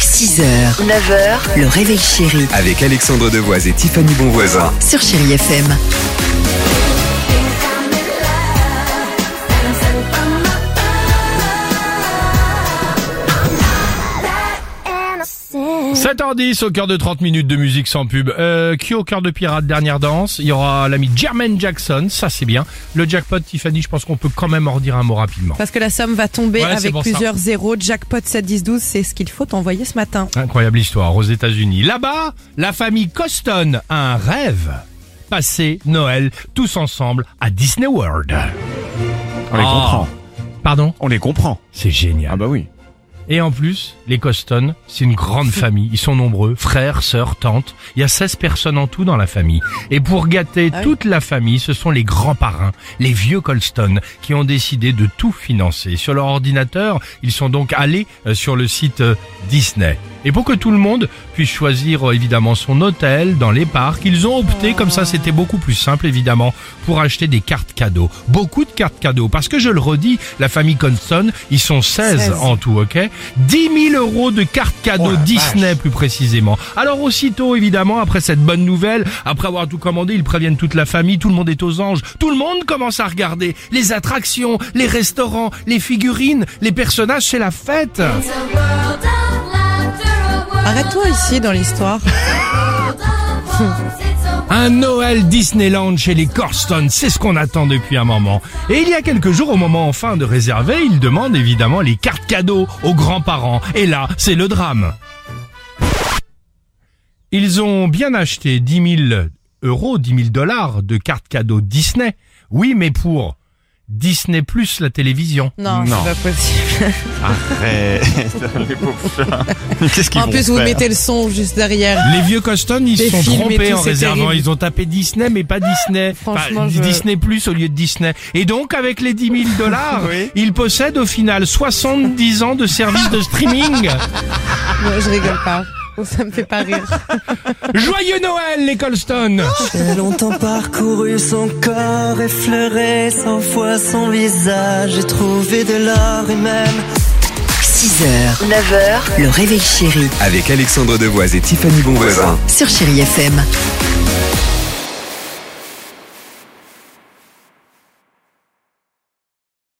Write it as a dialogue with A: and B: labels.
A: 6h, 9h, le réveil chéri
B: Avec Alexandre Devoise et Tiffany Bonvoisin.
A: sur Chéri FM.
C: Innocent.
D: 7h10 au cœur de 30 minutes de musique sans pub. Euh, Q au cœur de pirate, dernière danse. Il y aura l'ami Jermaine Jackson, ça c'est bien. Le jackpot Tiffany, je pense qu'on peut quand même en redire un mot rapidement.
E: Parce que la somme va tomber
D: Ouais, c'est
E: avec
D: pour ça.
E: plusieurs zéros. Jackpot 7, 10, 12, c'est ce qu'il faut envoyer ce matin.
D: Incroyable histoire aux États-Unis. Là-bas, la famille Coston a un rêve. Passer Noël tous ensemble à Disney World.
F: On les
D: Ah.
F: comprend.
D: Pardon
F: On les comprend.
D: C'est génial.
F: Ah bah oui.
D: Et en plus, les Coston, c'est une grande famille. Ils sont nombreux, frères, sœurs, tantes. Il y a 16 personnes en tout dans la famille. Et pour gâter
E: Ah oui.
D: toute la famille, ce sont les grands parrains, les vieux Colston, qui ont décidé de tout financer. Sur leur ordinateur, ils sont donc allés euh, sur le site euh, Disney. Et pour que tout le monde puisse choisir euh, évidemment son hôtel dans les parcs, ils ont opté, comme ça c'était beaucoup plus simple évidemment, pour acheter des cartes cadeaux. Beaucoup de cartes cadeaux, parce que je le redis, la famille Colston, ils sont 16
E: 16.
D: en en tout, ok 10 000 euros de cartes cadeaux
F: Oh la
D: Disney plus précisément. Alors aussitôt, évidemment, après cette bonne nouvelle, après avoir tout commandé, ils préviennent toute la famille, tout le monde est aux anges, tout le monde commence à regarder les attractions, les restaurants, les figurines, les personnages, c'est la fête
C: It's a world of laughter, a world
E: Arrête-toi ici dans l'histoire.
C: of wants. It's a
D: Un Noël Disneyland chez les Corston, c'est ce qu'on attend depuis un moment. Et il y a quelques jours, au moment enfin de réserver, ils demandent évidemment les cartes cadeaux aux grands-parents. Et là, c'est le drame. Ils ont bien acheté 10 000 euros, 10 000 dollars de cartes cadeaux Disney. Oui, mais pour Disney Plus, la télévision.
E: Non,
F: Non.
E: c'est pas possible.
F: Arrête. les pauvres chiens. Qu'est-ce qu'ils
E: en
F: vont
E: plus, vous
F: faire
E: mettez le son juste derrière.
D: Les vieux Coston, ils se
E: Des
D: sont
E: films et
D: trompés
E: tout,
D: en
E: c'est
D: réservant.
E: terrible. Ah,
D: Ils ont tapé Disney, mais pas Disney.
E: Franchement,
D: Enfin,
E: je-
D: Disney Plus au lieu de Disney. Et donc, avec les 10 000 dollars,
F: Oui.
D: ils possèdent au final 70 ans de service de streaming.
E: Non, je rigole pas. Ça me fait pas rire.
D: Joyeux Noël, les Colston
G: J'ai longtemps parcouru son corps, effleuré cent fois son visage, j'ai trouvé de l'or et même
A: 6h, 9h, le réveil chéri
B: Avec Alexandre Devoise et Tiffany Bonvoisin.
A: sur Chéri FM.